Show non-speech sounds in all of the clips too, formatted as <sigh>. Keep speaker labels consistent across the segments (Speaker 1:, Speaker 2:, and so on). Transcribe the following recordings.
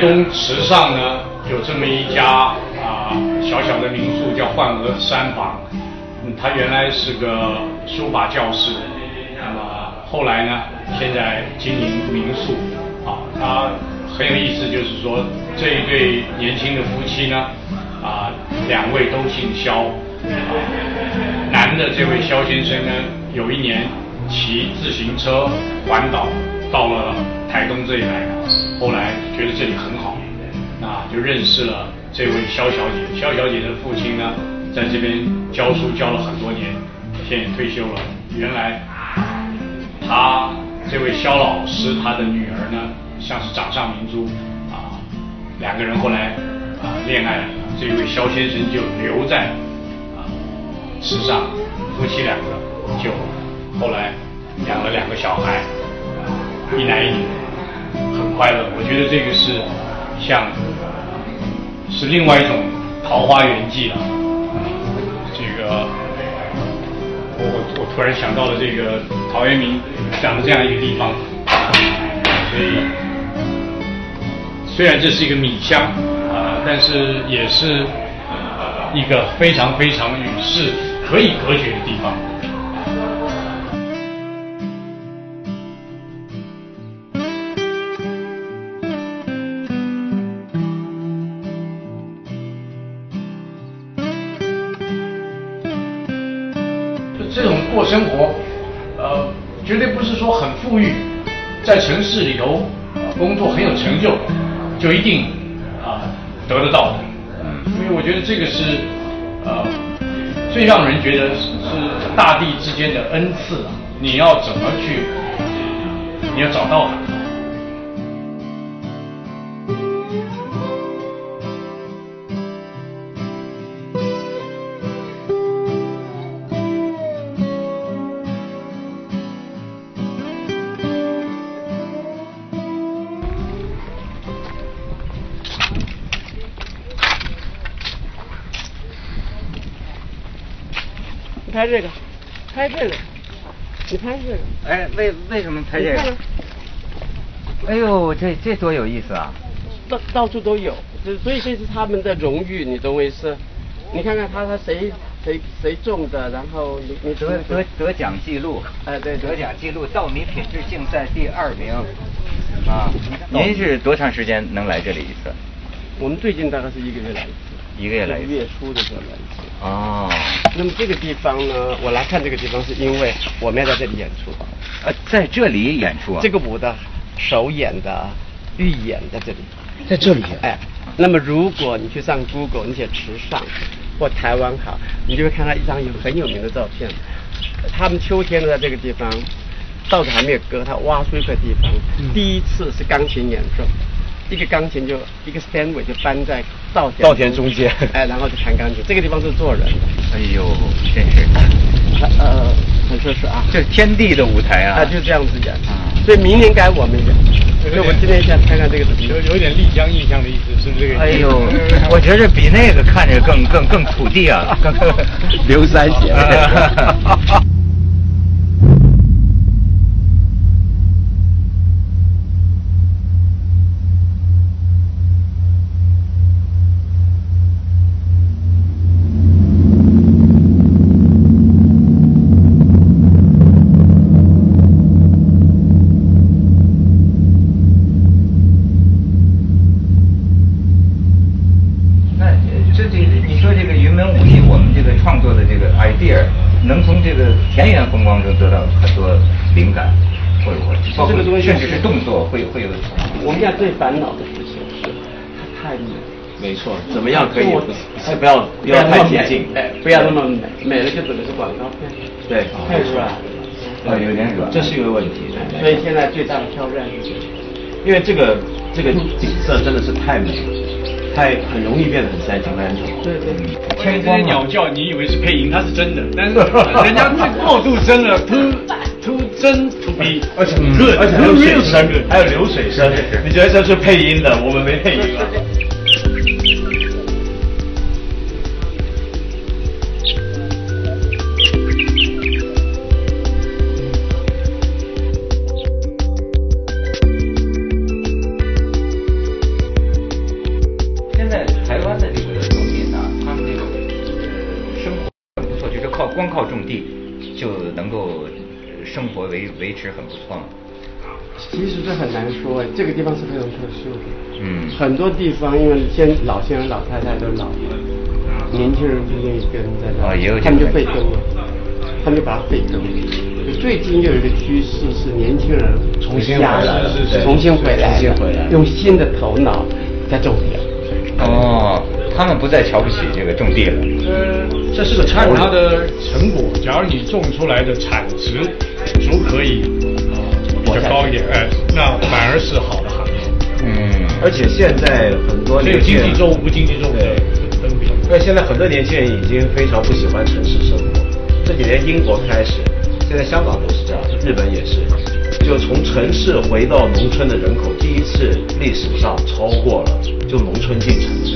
Speaker 1: 东池上呢，有这么一家啊、小小的民宿，叫幻娥山房。嗯，他原来是个书法教师，那么后来呢，现在经营民宿。啊，他很有意思，就是说这一对年轻的夫妻呢，啊，两位都姓肖。啊男的这位肖先生呢，有一年骑自行车环岛到了台东这里来，后来觉得这里很好，啊，就认识了这位肖小姐。肖小姐的父亲呢，在这边教书教了很多年，现在退休了。原来他这位肖老师他的女儿呢，像是掌上明珠啊，两个人后来啊恋爱了，这位肖先生就留在啊池上，夫妻两个就后来养了两个小孩，一男一女，很快乐。我觉得这个是像是另外一种桃花源记了，这个。我我我突然想到了这个陶渊明讲的这样一个地方，所以虽然这是一个米乡啊，但是也是呃一个非常非常与世可以隔绝的地方。就这种过生活，呃，绝对不是说很富裕，在城市里头、呃工作很有成就，就一定啊、得得到的。因为我觉得这个是呃最让人觉得是是大地之间的恩赐啊，你要怎么去，你要找到它。
Speaker 2: 你拍这个，拍这个，你拍这个，
Speaker 3: 哎，为为什么拍这
Speaker 2: 你看
Speaker 3: 个
Speaker 2: 看？
Speaker 3: 哎呦，这这多有意思啊！
Speaker 2: 到到处都有，这所以这是他们的荣誉，你懂我意思？你看看他他谁谁谁种的，然后你你
Speaker 3: 得得得奖记录，呃
Speaker 2: 哎对
Speaker 3: 得奖记录，稻米品质竞赛第二名。啊，您是多长时间能来这里一次？
Speaker 2: 我们最近大概是一个月来一次，
Speaker 3: 一个月来一
Speaker 2: 月
Speaker 3: 次。
Speaker 2: 初的时候来一次。
Speaker 3: 哦，
Speaker 2: 那么这个地方呢，我来看这个地方是因为我们要在这里演出，
Speaker 3: 呃，在这里演出啊？
Speaker 2: 这个舞的首演的、预演在这里。
Speaker 3: 在这里啊
Speaker 2: 哎，那么如果你去上 Google，你写池上或台湾好，你就会看到一张有很有名的照片。他们秋天都在这个地方，稻子还没有割，他挖出一块地方。
Speaker 3: 嗯
Speaker 2: 第一次是钢琴演奏，一个钢琴就一个 stand 尾就搬在稻田
Speaker 4: 稻田中间
Speaker 2: 哎，然后就弹钢琴。这个地方是做人的，
Speaker 3: 哎呦，真是，
Speaker 2: 呃，很奢侈啊。
Speaker 3: 这是天地的舞台啊！
Speaker 2: 啊，就这样子演
Speaker 3: 啊，
Speaker 2: 所以明年该我们演。所以我今天想看看这个怎么样。
Speaker 1: 有点丽江印象的意思，是不是这
Speaker 3: 哎呦， <laughs> 我觉得比那个看着更更更土地啊， <laughs> 更更
Speaker 4: 刘三
Speaker 3: <laughs>
Speaker 4: 姐
Speaker 3: 那呃这这你说这个云门舞集，我们这个创作的这个 idea，能从这个田园风光中得到很多灵感，会不会？包括
Speaker 2: 这个东西
Speaker 3: 甚至是动作会会有。
Speaker 2: 我们要最烦恼的事情是它太美。
Speaker 4: 没错，怎么样可
Speaker 3: 哎
Speaker 4: 以
Speaker 2: 我
Speaker 4: 是不要不要太接近，
Speaker 2: 哎，不要那么美，美了就整个是广告片，
Speaker 3: 对，
Speaker 2: 太软。
Speaker 3: 哦，有点软。哎
Speaker 4: 这是一个问题。对
Speaker 2: 所以现在最大的挑战是这个，
Speaker 4: 因为这个这个景色真的是太美，了，太很容易变得很三长两短。
Speaker 2: 对对。
Speaker 1: 天光鸟叫，你以为是配音，它是真的，
Speaker 3: <laughs>
Speaker 1: 但是人家是过度真了，too too 真 to be 嗯
Speaker 4: 而且
Speaker 1: good，
Speaker 4: 而且还有
Speaker 1: too
Speaker 4: 水
Speaker 1: real
Speaker 4: 声
Speaker 1: good，，
Speaker 4: 还有流水声，你觉得这是配音的？我们没配音啊。
Speaker 5: 天
Speaker 3: 现在台湾的这个农民啊，他们这个呃生活很不错，就是靠光靠种地就能够呃生活维维持很不错嘛。
Speaker 2: 其实这很难说哎，这个地方是非常特殊的。
Speaker 3: 嗯
Speaker 2: 很多地方因为现老先生、老太太都老了，年轻人不愿意跟在那，
Speaker 3: 哦也有这
Speaker 2: 他们就
Speaker 3: 种
Speaker 2: 废耕了，他们就把它废耕。最近又有一个趋势是年轻人
Speaker 4: 重新
Speaker 2: 加
Speaker 4: 回
Speaker 2: 入
Speaker 4: 来了对
Speaker 2: 重新回来了，
Speaker 4: 重新回来了
Speaker 2: 用新的头脑在种田。
Speaker 3: 哦，他们不再瞧不起这个种地了。
Speaker 1: 呃，这是看它的成果。假如你种出来的产值足可以比较高一点，哎，那反而是好的行业。
Speaker 3: 嗯，
Speaker 4: 而且现在很多
Speaker 1: 所以
Speaker 4: 年轻
Speaker 1: 经
Speaker 4: 人
Speaker 1: 济重不经济重
Speaker 4: 对
Speaker 1: 分别。
Speaker 4: 那现在很多年轻人已经非常不喜欢城市生活，这几年英国开始，现在香港都是这样，日本也是，就从城市回到农村的人口第一次历史上超过了就农村进城市，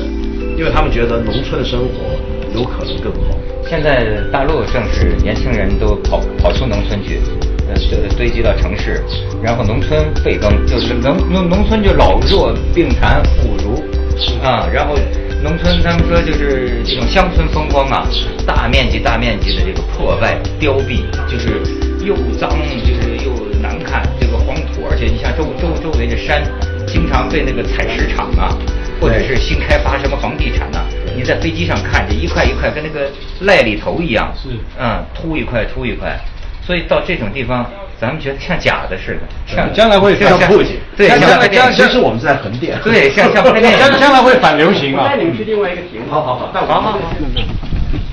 Speaker 4: 因为他们觉得农村的生活有可能更好。
Speaker 3: 现在大陆正是年轻人都跑跑出农村去，呃，堆堆积到城市，然后农村废耕，就是农农农村就老弱病残妇孺啊，然后农村他们说就是这种乡村风光啊，大面积大面积的这个破败凋敝，就是又脏就是又难看，这个黄土，而且你像周周周围的山，经常被那个采石场啊，或者是新开发什么房地产呐、啊你在飞机上看着一块一块跟那个癞痢头一样，
Speaker 1: 是
Speaker 3: 嗯，凸一块凸一块，所以到这种地方，咱们觉得像假的似的，像
Speaker 4: 将来会
Speaker 3: 像
Speaker 4: 像布景
Speaker 3: 对，
Speaker 4: 将
Speaker 3: 像
Speaker 4: 来
Speaker 3: 电影
Speaker 4: 将其实我们是在横店
Speaker 3: 对，像像拍电影，
Speaker 4: 将来会反流行
Speaker 2: 我
Speaker 4: 啊
Speaker 2: 带！你们去另外一个亭子。
Speaker 4: 好好好
Speaker 2: 那我
Speaker 4: 好好好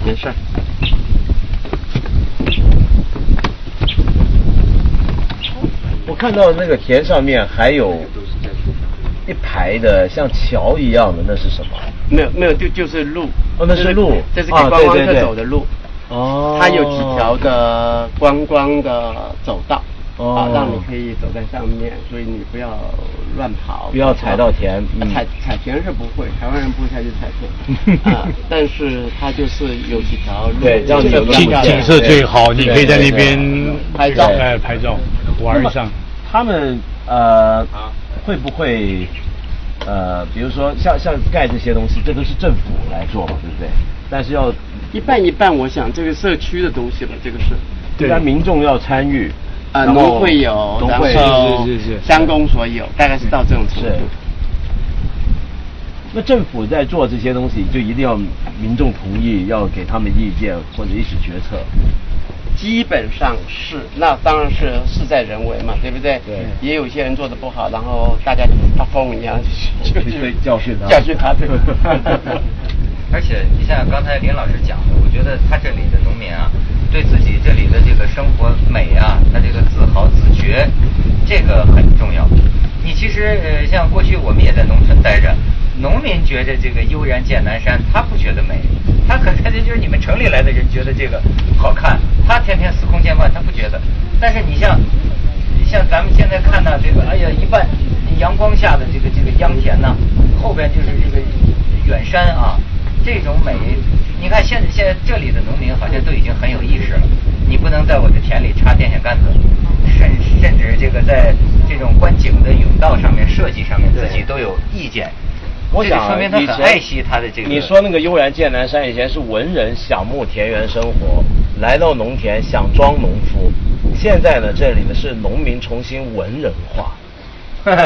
Speaker 2: 没事儿。
Speaker 4: 我看到那个田上面还有一排的像桥一样的，那是什么？
Speaker 2: 没有没有，就就是路，
Speaker 4: 哦那是路
Speaker 2: 这是给
Speaker 4: 啊
Speaker 2: 观光
Speaker 4: 对对
Speaker 2: 客
Speaker 4: 对
Speaker 2: 走的路。
Speaker 4: 哦
Speaker 2: 它有几条的观光的走道，
Speaker 4: 哦
Speaker 2: 啊，让你可以走在上面，所以你不要乱跑，
Speaker 4: 不要踩到田
Speaker 2: 啊
Speaker 4: 嗯
Speaker 2: 踩踩田是不会，台湾人不会下去踩
Speaker 4: <laughs>
Speaker 2: 田，啊，但是它就是有几条路，
Speaker 4: 对让你
Speaker 2: 这个
Speaker 4: 景
Speaker 2: 比较
Speaker 4: 景色最好你可以在那边
Speaker 2: 拍照
Speaker 1: 哎，拍照玩一上。
Speaker 4: 他们呃
Speaker 2: 啊
Speaker 4: 会不会呃，比如说像像盖这些东西，这都是政府来做嘛，对不对？但是要
Speaker 2: 一半一半，我想这个社区的东西吧，这个是。
Speaker 4: 一般民众要参与，
Speaker 2: 啊，
Speaker 4: 然后
Speaker 2: 农会有，
Speaker 4: 农
Speaker 2: 然
Speaker 4: 会
Speaker 2: 后乡公所有，大概是到这种程
Speaker 4: 是
Speaker 2: 度。
Speaker 4: 那政府在做这些东西，就一定要民众同意，要给他们意见或者一起决策。
Speaker 2: 基本上是，那当然是事在人为嘛，对不对？
Speaker 4: 对
Speaker 2: 也有些人做的不好，然后大家就发疯一样，就
Speaker 4: 去
Speaker 2: 就
Speaker 4: 对教训他
Speaker 2: 教训他，对。
Speaker 4: <laughs>
Speaker 3: 而且你像刚才林老师讲的，我觉得他这里的农民啊，对自己这里的这个生活美啊，他这个自豪自觉，这个很重要。你其实呃，像过去我们也在农村待着，农民觉得这个悠然见南山，他不觉得美，他可能就是你们城里来的人觉得这个好看，他天天司空见惯，他不觉得。但是你像像咱们现在看到这个，哎呀，一半阳光下的这个这个秧田呐、后边就是这个远山啊，这种美，你看现在现在这里的农民好像都已经很有意识了。你不能在我的田里插电线杆子，甚甚至这个在这种观景的甬道上面设计上面，自己都有意见。
Speaker 4: 我
Speaker 3: 这就
Speaker 4: 想
Speaker 3: 说明他
Speaker 4: 以
Speaker 3: 很
Speaker 4: 前
Speaker 3: 爱惜他的这个。
Speaker 4: 你说那个悠然见南山，以前是文人想慕田园生活，来到农田想装农夫。现在呢，这里呢是农民重新文人化，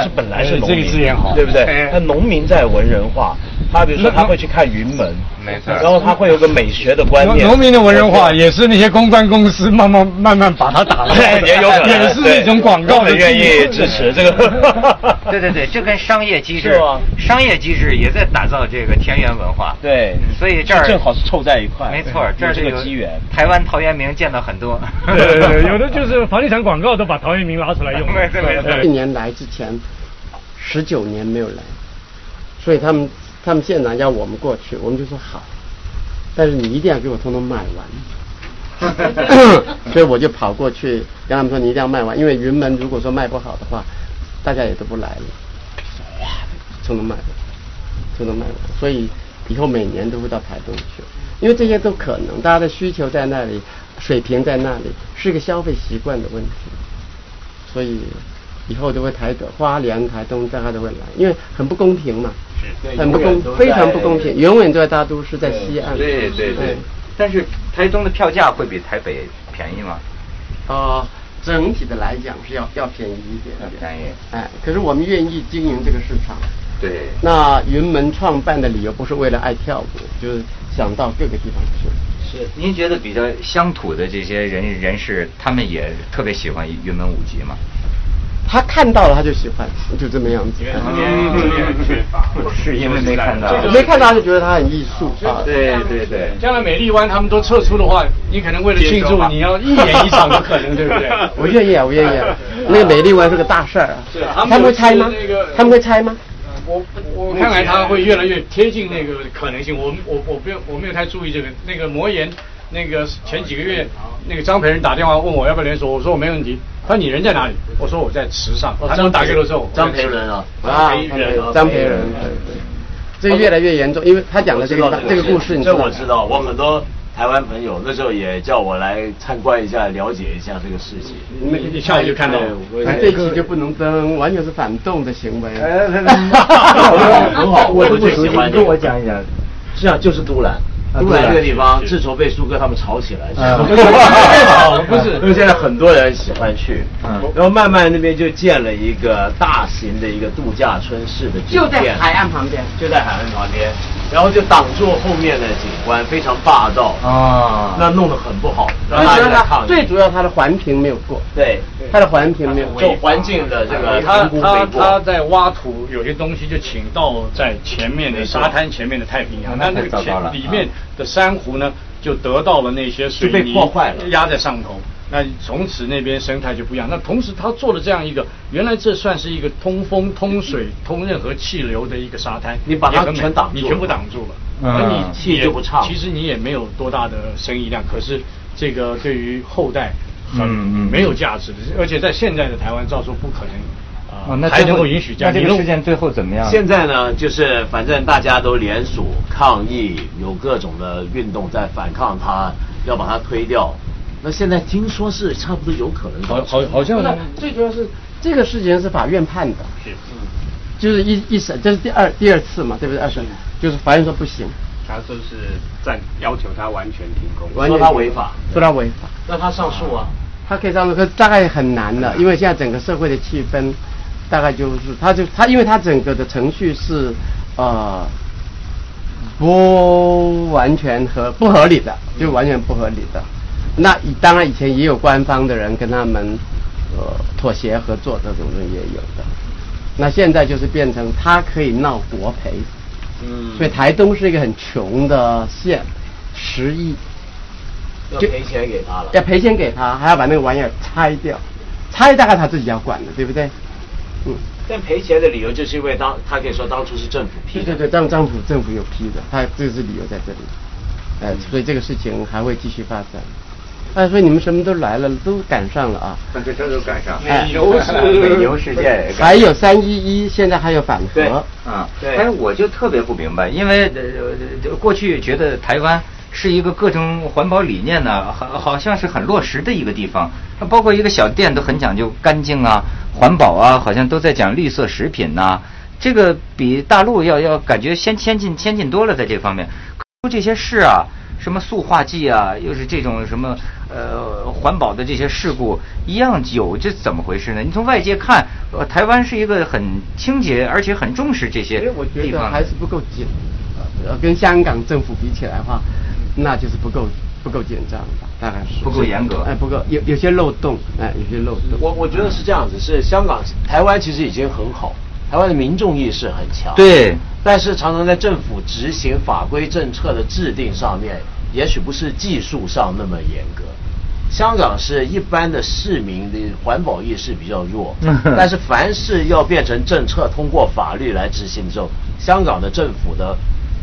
Speaker 4: 是本来是农民，
Speaker 1: 这个字眼好
Speaker 4: 对不对
Speaker 1: 哎？
Speaker 4: 那农民在文人化，他比如说他会去看云门，
Speaker 3: 没错
Speaker 4: 然后他会有个美学的观念。
Speaker 5: 农农民的文人化
Speaker 4: 我 <laughs>
Speaker 5: 也是那些公关公司慢慢慢慢把它打烂，
Speaker 4: 也有可能
Speaker 5: 也是
Speaker 4: 对
Speaker 5: 一种广告
Speaker 4: 我
Speaker 5: 的
Speaker 4: 很愿意
Speaker 5: 技术。
Speaker 4: 支持这个 <laughs>
Speaker 3: 对对对，这跟商业机
Speaker 4: 是
Speaker 3: 制
Speaker 4: 吗，
Speaker 3: 商业机制也在打造这个田园文化。
Speaker 4: 对
Speaker 3: 嗯所以这儿
Speaker 4: 正好是凑在一块
Speaker 3: 没错，
Speaker 4: 对
Speaker 3: 这儿
Speaker 4: 有这
Speaker 3: 就
Speaker 4: 个机缘
Speaker 3: 台湾陶渊明见到很多。
Speaker 5: 对对对，有的就是房地产广告都把陶渊明拉出来用
Speaker 3: <laughs> 。对对对对
Speaker 2: 一年来之前，十九年没有来，所以他们他们县长要我们过去，我们就说好，但是你一定要给我通通卖完。 <laughs> 所以我就跑过去跟他们说，你一定要卖完，因为云门如果说卖不好的话，大家也都不来了。哇，通通卖完，通通卖完，所以以后每年都会到台东去，因为这些都可能，大家的需求在那里，水平在那里，是个消费习惯的问题。所以以后都会台的花莲、台东大家都会来，因为很不公平嘛。
Speaker 3: 是
Speaker 2: 很不公，非常不公平，永远都在大都市，在西岸。
Speaker 3: 对对对。但是台东的票价会比台北便宜吗？
Speaker 2: 呃，整体的来讲是要要便宜一点
Speaker 3: 要
Speaker 2: 点，
Speaker 3: 便宜
Speaker 2: 哎，可是我们愿意经营这个市场。
Speaker 3: 对，
Speaker 2: 那云门创办的理由不是为了爱跳舞，就是想到各个地方去。
Speaker 3: 是。您觉得比较乡土的这些人人士，他们也特别喜欢云门舞集吗？
Speaker 2: 他看到了他就喜欢，就这么样子。啊
Speaker 1: 因为资源资源缺乏，
Speaker 3: 是因为没看到
Speaker 1: 这个
Speaker 2: 没看到他就觉得他很艺术啊。
Speaker 3: 对对对。
Speaker 1: 将来美丽湾他们都撤出的话，你可能为了庆祝，你要一演一场都可能，对不对？
Speaker 2: <laughs> 我愿意啊，我愿意啊。那个美丽湾是个大事儿啊
Speaker 1: 是，他们
Speaker 2: 们会拆吗
Speaker 1: 是那个？
Speaker 2: 他们会拆吗？
Speaker 1: 我我看来他会越来越贴近那个可能性。我我我不要我没有太注意这个那个魔岩，那个前几个月那个张培仁打电话问我要不要连锁，我说我没问题。他说你人在哪里？我说我在池上。
Speaker 4: 哦
Speaker 1: 他说打给我之后，张培仁啊，
Speaker 2: 啊，
Speaker 1: 张培仁啊，
Speaker 2: 张培仁，对对。这个越来越严重，因为他讲的这个这个故事，你
Speaker 4: 这我知。道，我很多台湾朋友那时候也叫我来参观一下，了解一下这个事情。
Speaker 1: 那一下午就看到了。
Speaker 4: 哎
Speaker 2: 那哎这一期就不能登，完全是反动的行为。 <laughs>
Speaker 4: 很好，我
Speaker 5: 不
Speaker 4: 最喜欢
Speaker 5: 跟我讲一讲，
Speaker 4: 这样就是都兰。都兰这个地方，自从被苏哥他们吵起来，
Speaker 5: 啊
Speaker 4: 不是，因为现在很多人喜欢去，然后慢慢那边就建了一个大型的一个度假村式的酒
Speaker 2: 就在
Speaker 4: 店，
Speaker 2: 海岸旁边。
Speaker 4: 就在海岸旁边，然后就挡住后面的景观，非常霸道，
Speaker 3: 啊
Speaker 4: 那弄得很不好，让
Speaker 2: 最主
Speaker 4: 大家
Speaker 2: 要
Speaker 4: 来
Speaker 2: 它
Speaker 4: 抗
Speaker 2: 最
Speaker 4: 议。
Speaker 2: 主要它的环评没有过，
Speaker 4: 对，
Speaker 2: 它的环评没有过
Speaker 4: 就。环境的这个
Speaker 1: 他
Speaker 4: 评估
Speaker 1: 他
Speaker 4: 没
Speaker 1: 他
Speaker 4: 过。
Speaker 1: 在挖土，有些东西就倾倒在前面的沙滩前面的太
Speaker 4: 嗯
Speaker 1: 平洋，
Speaker 3: 那
Speaker 1: 那
Speaker 3: 太
Speaker 1: 那
Speaker 3: 糟
Speaker 1: 个
Speaker 3: 糕了
Speaker 4: 啊
Speaker 1: 前里面的珊瑚呢，就得到了那些水
Speaker 4: 就被
Speaker 1: 泥
Speaker 4: 破坏了
Speaker 1: 压在上头。
Speaker 4: 嗯
Speaker 1: 那从此那边生态就不一样。那同时他做了这样一个，原来这算是一个通风、通水、通任何气流的一个沙滩，
Speaker 4: 你把
Speaker 1: 也
Speaker 4: 它
Speaker 1: 很美
Speaker 4: 全挡住了
Speaker 1: 你全部挡住了，
Speaker 3: 嗯
Speaker 1: 那你
Speaker 4: 气
Speaker 1: 也
Speaker 4: 就不畅
Speaker 1: 其实你也没有多大的生意量，可是这个对于后代很
Speaker 3: 嗯嗯
Speaker 1: 没有价值的，而且在现在的台湾，照说不可能呃
Speaker 3: 哦，那
Speaker 1: 还
Speaker 3: 最
Speaker 1: 能
Speaker 3: 后
Speaker 1: 够允许这
Speaker 3: 那
Speaker 1: 样。
Speaker 3: 这
Speaker 1: 你
Speaker 3: 个
Speaker 1: 弄
Speaker 3: 事件最后怎么样？
Speaker 4: 现在呢，就是反正大家都联署抗议，有各种的运动在反抗他，要把它推掉。那现在听说是差不多有可能
Speaker 2: 哦
Speaker 1: 好
Speaker 4: 搞
Speaker 1: 好好像
Speaker 2: 不是最主要是这个事情是法院判的，
Speaker 1: 是
Speaker 2: 就是一一审，这是第二第二次嘛，对不对？二审就是法院说不行，
Speaker 5: 他说是暂要求他完全停工。
Speaker 2: 完全
Speaker 4: 说他违法，
Speaker 2: 说他违法，
Speaker 5: 那他上诉啊？
Speaker 2: 他可以上诉，可是大概很难的，因为现在整个社会的气氛，大概就是他就他，因为他整个的程序是呃不完全合不合理的，就完全不合理的。那以当然以前也有官方的人跟他们呃妥协合作这种人也有的，那现在就是变成他可以闹国赔，
Speaker 4: 嗯
Speaker 2: 所以台东是一个很穷的县，十亿
Speaker 4: 要赔钱给他了。
Speaker 2: 要赔钱给他，还要把那个玩意儿拆掉，拆大概他自己要管的，对不对？嗯，
Speaker 4: 但赔钱的理由就是因为当他可以说当初是政府批
Speaker 2: 对
Speaker 4: 的。
Speaker 2: 对对，当政府政府有批的，他这是理由在这里，哎、
Speaker 3: 嗯
Speaker 2: 所以这个事情还会继续发展。哎，所以你们什么都来了，都赶上了啊！
Speaker 3: 那这这都赶上
Speaker 2: 哎
Speaker 3: <laughs> 美牛事件哎 <laughs> 也赶上
Speaker 2: 还有三一一，现在还有反
Speaker 4: 对
Speaker 2: 核，
Speaker 3: 啊，
Speaker 4: 对
Speaker 3: 但是我就特别不明白，因为呃呃过去觉得台湾是一个各种环保理念呢、好好像是很落实的一个地方，它包括一个小店都很讲究干净啊、环保啊，好像都在讲绿色食品呐、这个比大陆要要感觉先先进先进多了，在这方面，可这些事啊。什么塑化剂啊，又是这种什么呃环保的这些事故一样有，这怎么回事呢？你从外界看，呃，台湾是一个很清洁而且很重视这些
Speaker 2: 因哎为我觉
Speaker 3: 地
Speaker 2: 得
Speaker 3: 方
Speaker 2: 还是不够紧，呃，跟香港政府比起来的话，那就是不够不够紧张吧，大概是
Speaker 3: 嗯不够严格
Speaker 2: 哎，不够有有些漏洞，哎，有些漏洞。
Speaker 4: 我我觉得是这样子，是香港、台湾其实已经很好，台湾的民众意识很强。
Speaker 3: 对，，
Speaker 4: 但是常常在政府执行法规政策的制定上面，也许不是技术上那么严格。香港是一般的市民的环保意识比较弱
Speaker 3: <laughs>
Speaker 4: 但是凡是要变成政策通过法律来执行之后，香港的政府的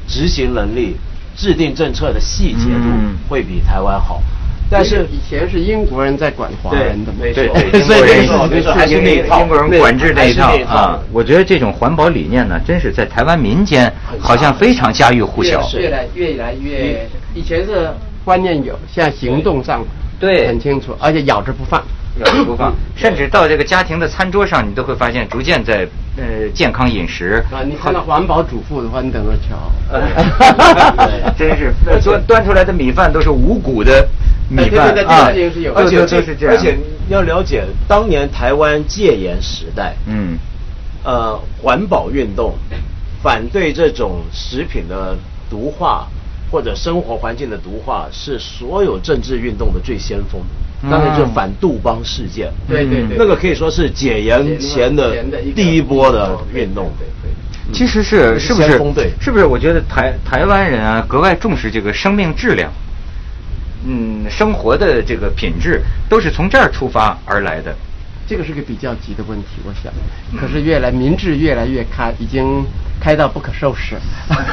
Speaker 4: 执行能力、制定政策的细节度
Speaker 3: 嗯
Speaker 4: 会比台湾好。但是
Speaker 2: 以前是英国人在管华人的嘛，
Speaker 4: 对
Speaker 3: 对
Speaker 4: 对
Speaker 3: 对，
Speaker 4: 所以这个
Speaker 3: 英国人
Speaker 4: 事情
Speaker 3: 还是那一套，英国人管制那一套
Speaker 4: 还是那一套
Speaker 3: 啊。我觉得这种环保理念呢，真是在台湾民间好像非常家喻户晓。
Speaker 2: 越来越来越，嗯以前是观念有，现在行动上
Speaker 3: 对
Speaker 2: 很清楚，而且咬着不放。
Speaker 3: 要求不放，甚至到这个家庭的餐桌上，你都会发现逐渐在呃健康
Speaker 2: <laughs>
Speaker 3: 饮食。
Speaker 2: 啊，你看到环保主妇的话，你等着瞧。 <laughs>
Speaker 3: 呃，真是端端出来的米饭都是五谷的米饭
Speaker 2: 哎对对对
Speaker 3: 啊
Speaker 2: 这个也是有，
Speaker 6: 而且
Speaker 3: 都都是这样，
Speaker 6: 而且要了解，当年台湾戒严时代，
Speaker 3: 嗯
Speaker 6: 呃，环保运动，反对这种食品的毒化或者生活环境的毒化，是所有政治运动的最先锋。当然就
Speaker 3: 嗯
Speaker 6: 反杜邦事件，
Speaker 2: 对对对
Speaker 6: 那个可以说是解严前的
Speaker 2: 前的一个
Speaker 6: 第一波的运动。
Speaker 2: 对对对
Speaker 3: 其实是
Speaker 6: 嗯
Speaker 3: 是不是
Speaker 6: 先锋队
Speaker 3: 是不是？我觉得台台湾人啊，格外重视这个生命质量，嗯，生活的这个品质都是从这儿出发而来的。。
Speaker 2: 这个是个比较急的问题，我想。可是越来民智越来越开，已经开到不可收拾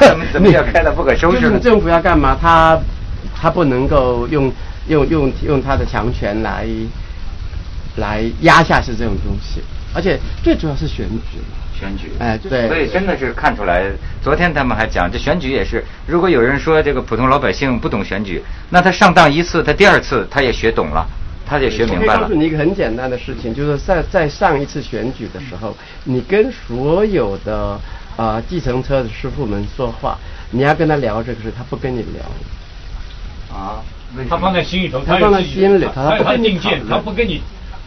Speaker 3: 怎么
Speaker 2: <laughs>
Speaker 3: 怎么叫开到不可收拾呢
Speaker 2: 就是你政府要干嘛？他他不能够用用用用他的强权来来压下去这种东西，而且最主要是选举嘛。
Speaker 3: 选举，
Speaker 2: 哎对
Speaker 3: 所以真的是看出来。昨天他们还讲，这选举也是，如果有人说这个普通老百姓不懂选举，那他上当一次，他第二次他也学懂了，他也学
Speaker 2: 我
Speaker 3: 明
Speaker 2: 可以
Speaker 3: 白
Speaker 2: 告
Speaker 3: 了
Speaker 2: 诉。你一个很简单的事情，就是在在上一次选举的时候，你跟所有的呃计程车的师傅们说话，你要跟他聊这个事，他不跟你聊。
Speaker 3: 啊，
Speaker 1: 他放在心里头，
Speaker 2: 他
Speaker 1: 有
Speaker 2: 放在
Speaker 1: 自己
Speaker 2: 心里头
Speaker 1: 他
Speaker 2: 他不
Speaker 1: 他
Speaker 2: 跟你
Speaker 1: 定见，
Speaker 2: 讨论
Speaker 1: 他不跟你，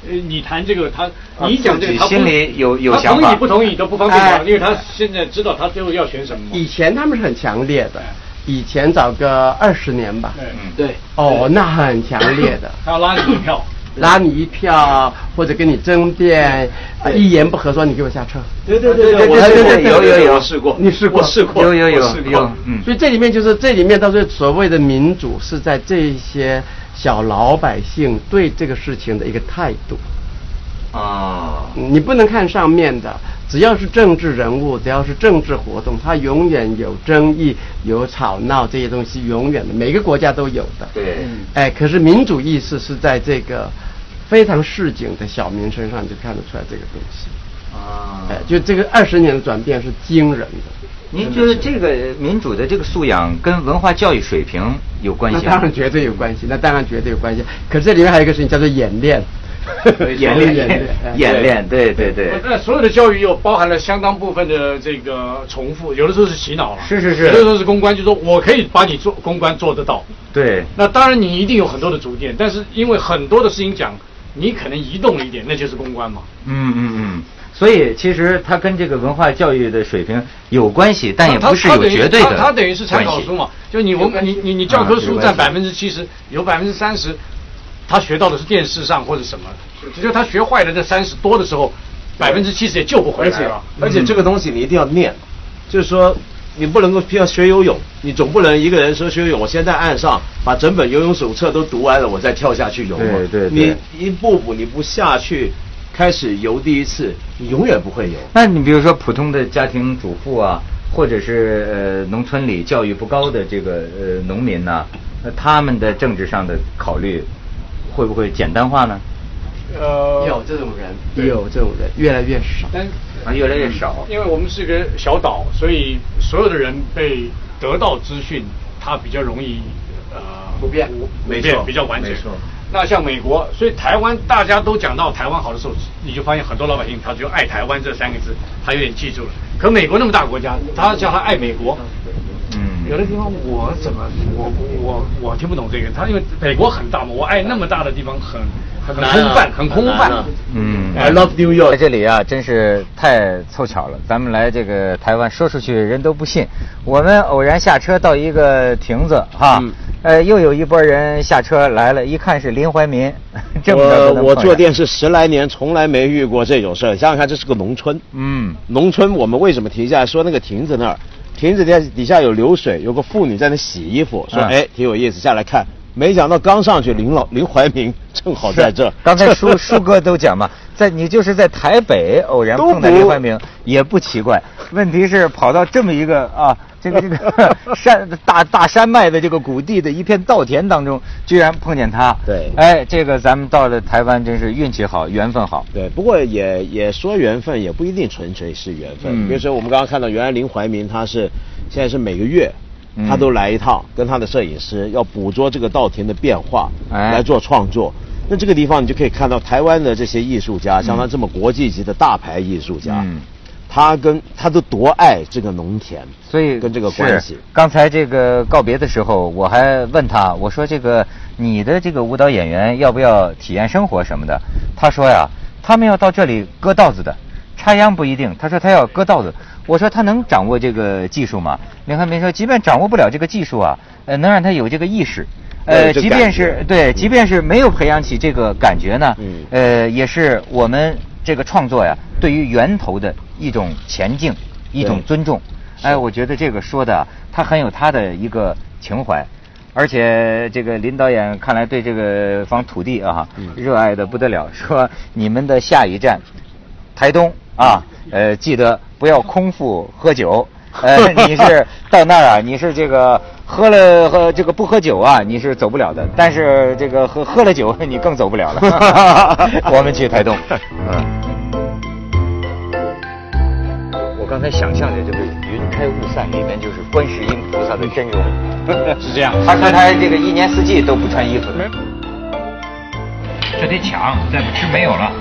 Speaker 1: 呃，你谈这个，他
Speaker 3: 啊
Speaker 1: 你讲这个，
Speaker 3: 自己
Speaker 1: 他不
Speaker 3: 心里有有
Speaker 1: 他
Speaker 3: 想法
Speaker 1: 同意不同意都不方便
Speaker 2: 哎
Speaker 1: 讲，因为他现在知道他最后要选什
Speaker 3: 嗯
Speaker 1: 么嘛。
Speaker 3: 哎
Speaker 2: 以前他们是很强烈的，以前早个二十年吧，
Speaker 1: 对，
Speaker 6: 对，
Speaker 2: 哦，那很强烈的，
Speaker 1: 他要拉你一票，
Speaker 2: 拉你一票或者跟你争辩，呃一言不合说你给我下车。
Speaker 4: 对对对
Speaker 3: 对
Speaker 4: 我
Speaker 3: 对对
Speaker 4: 试过
Speaker 3: 对对有有有
Speaker 4: 我试过，
Speaker 2: 你试过
Speaker 4: 我试过，
Speaker 3: 有有有
Speaker 4: 我试过
Speaker 3: 有嗯
Speaker 2: 所以这里面就是这里面到最后所谓的民主，是在这些小老百姓对这个事情的一个态度。
Speaker 3: 啊，
Speaker 2: 你不能看上面的，只要是政治人物，只要是政治活动，它永远有争议、有吵闹这些东西，永远的，每个国家都有的。
Speaker 3: 对，
Speaker 2: 哎，可是民主意识是在这个非常市井的小民身上就看得出来这个东西。
Speaker 3: 啊，
Speaker 2: 哎，就这个二十年的转变是惊人的。
Speaker 3: 您觉得这个民主的这个素养跟文化教育水平有关系啊
Speaker 2: 那
Speaker 3: 吗？
Speaker 2: 当然绝对有关系，那当然绝对有关系。可是这里面还有一个事情叫做演练，
Speaker 1: <laughs>
Speaker 2: <laughs>
Speaker 3: 演练，演练，对对对，
Speaker 1: 那所有的教育又包含了相当部分的这个重复，有的 <laughs> 时候是洗脑了，
Speaker 3: 是是是
Speaker 1: 有的时候是公关，就说我可以把你做公关做得到。
Speaker 3: 对，
Speaker 1: 那当然你一定有很多的主见，但是因为很多的事情讲，你可能移动了一点，那就是公关嘛。
Speaker 3: 嗯嗯嗯。所以其实它跟这个文化教育的水平有关系，但也
Speaker 1: 他
Speaker 3: 不是有绝对的
Speaker 1: 他他啊等于是参考
Speaker 3: 关系啊
Speaker 1: 书嘛，就你文你你你教科书占百分之七十，有百分之三十，他学到的是电视上或者什么，就他学坏了这三十多的时候，百分之七十也救不回
Speaker 4: 而
Speaker 1: 来
Speaker 4: 且
Speaker 1: 了。嗯
Speaker 4: 而且这个东西你一定要念，就是说你不能够偏要学游泳，你总不能一个人说学游泳，我先在岸上把整本游泳手册都读完了，我再跳下去游嘛。
Speaker 3: 对对对
Speaker 4: 你一步步你不下去，开始游第一次，你永远不会游。
Speaker 3: 那你比如说普通的家庭主妇啊，或者是呃农村里教育不高的这个呃农民呐、那他们的政治上的考虑会不会简单化呢？
Speaker 1: 呃
Speaker 2: 有这种人，哎有这种人越来越少。
Speaker 1: 但
Speaker 3: 啊，越来越少
Speaker 1: 因为我们是个小岛，所以所有的人被得到资讯，它比较容易呃
Speaker 2: 普遍
Speaker 1: 普
Speaker 4: 没
Speaker 1: 遍
Speaker 4: 错
Speaker 1: 比较完整
Speaker 4: 没错。
Speaker 1: 那像美国，所以台湾大家都讲到台湾好的时候，你就发现很多老百姓他就爱台湾这三个字，他有点记住了。可美国那么大国家，他叫他爱美国，有
Speaker 3: 嗯，
Speaker 1: 的地方我怎么我我我听不懂这个，他因为美国很大嘛，我爱那么大的地方很很
Speaker 4: 很难啊
Speaker 1: 空泛，很空
Speaker 4: 很
Speaker 1: 泛呃
Speaker 4: 难啊。
Speaker 3: 嗯
Speaker 4: I love New York
Speaker 3: 在。这里啊，真是太凑巧了。咱们来这个台湾说出去人都不信。我们偶然下车到一个亭子哈，呃，又有一拨人下车来了，一看是林怀民， <laughs> 这么着
Speaker 4: 我
Speaker 3: 跟他们
Speaker 4: 我
Speaker 3: 碰
Speaker 4: 做
Speaker 3: 上
Speaker 4: 电视十来年，从来没遇过这种事儿。想想看，这是个农村，
Speaker 3: 嗯
Speaker 4: 农村我们为什么停下来说那个亭子那儿，亭子底下底下有流水，有个妇女在那洗衣服，说
Speaker 3: 嗯
Speaker 4: 哎挺有意思，下来看。没想到刚上去，林老林怀民正好在这儿
Speaker 3: 是。刚才舒 <laughs> 舒哥都讲嘛，在你就是在台北偶然碰到林怀民也不奇怪，问题是跑到这么一个啊，这个这
Speaker 4: <laughs>
Speaker 3: 个山大大山脉的这个谷地的一片稻田当中，居然碰见他。
Speaker 4: 对
Speaker 3: 哎，这个咱们到了台湾真是运气好，缘分好。
Speaker 4: 对，不过也也说缘分，也不一定纯粹是缘分。
Speaker 3: 嗯
Speaker 4: 比如说我们刚刚看到，原来林怀民他是现在是每个月。
Speaker 3: 嗯
Speaker 4: 他都来一趟，跟他的摄影师要捕捉这个稻田的变化，
Speaker 3: 哎
Speaker 4: 来做创作。
Speaker 6: 那这个地方你就可以看到台湾的这些艺术家，像他这么国际级的大牌艺术家，
Speaker 3: 嗯
Speaker 6: 他跟他都多爱这个农田，
Speaker 3: 所以
Speaker 6: 跟这个
Speaker 3: 是
Speaker 6: 关系。
Speaker 3: 刚才这个告别的时候，我还问他，我说这个你的这个舞蹈演员要不要体验生活什么的？他说呀，他们要到这里割稻子的，插秧不一定。他说他要割稻子。我说他能掌握这个技术吗？林汉民说，即便掌握不了这个技术啊，呃，能让他有这个意识。呃，
Speaker 6: 对这
Speaker 3: 即
Speaker 6: 感
Speaker 3: 便
Speaker 6: 觉
Speaker 3: 是对，即便是没有培养起这个感觉呢，
Speaker 6: 嗯
Speaker 3: 呃，也是我们这个创作呀，对于源头的一种前进，一种
Speaker 6: 对
Speaker 3: 尊重。哎，我觉得这个说的啊，他很有他的一个情怀，而且这个林导演看来对这个方土地啊，热爱的不得了。说你们的下一站，台东啊，呃，记得不要空腹喝酒。呃，你 <laughs> 是到那儿啊，你是这个喝了喝这个不喝酒啊，你是走不了的。但是这个喝喝了酒，你更走不了了。 <laughs> 我们去台东。嗯。我刚才想象的这个云开雾散，里面就是观世音菩萨的真容， <laughs>
Speaker 1: 是这样
Speaker 3: 他说他这个嗯一年四季都不穿衣服的。这得抢，再不吃没有了。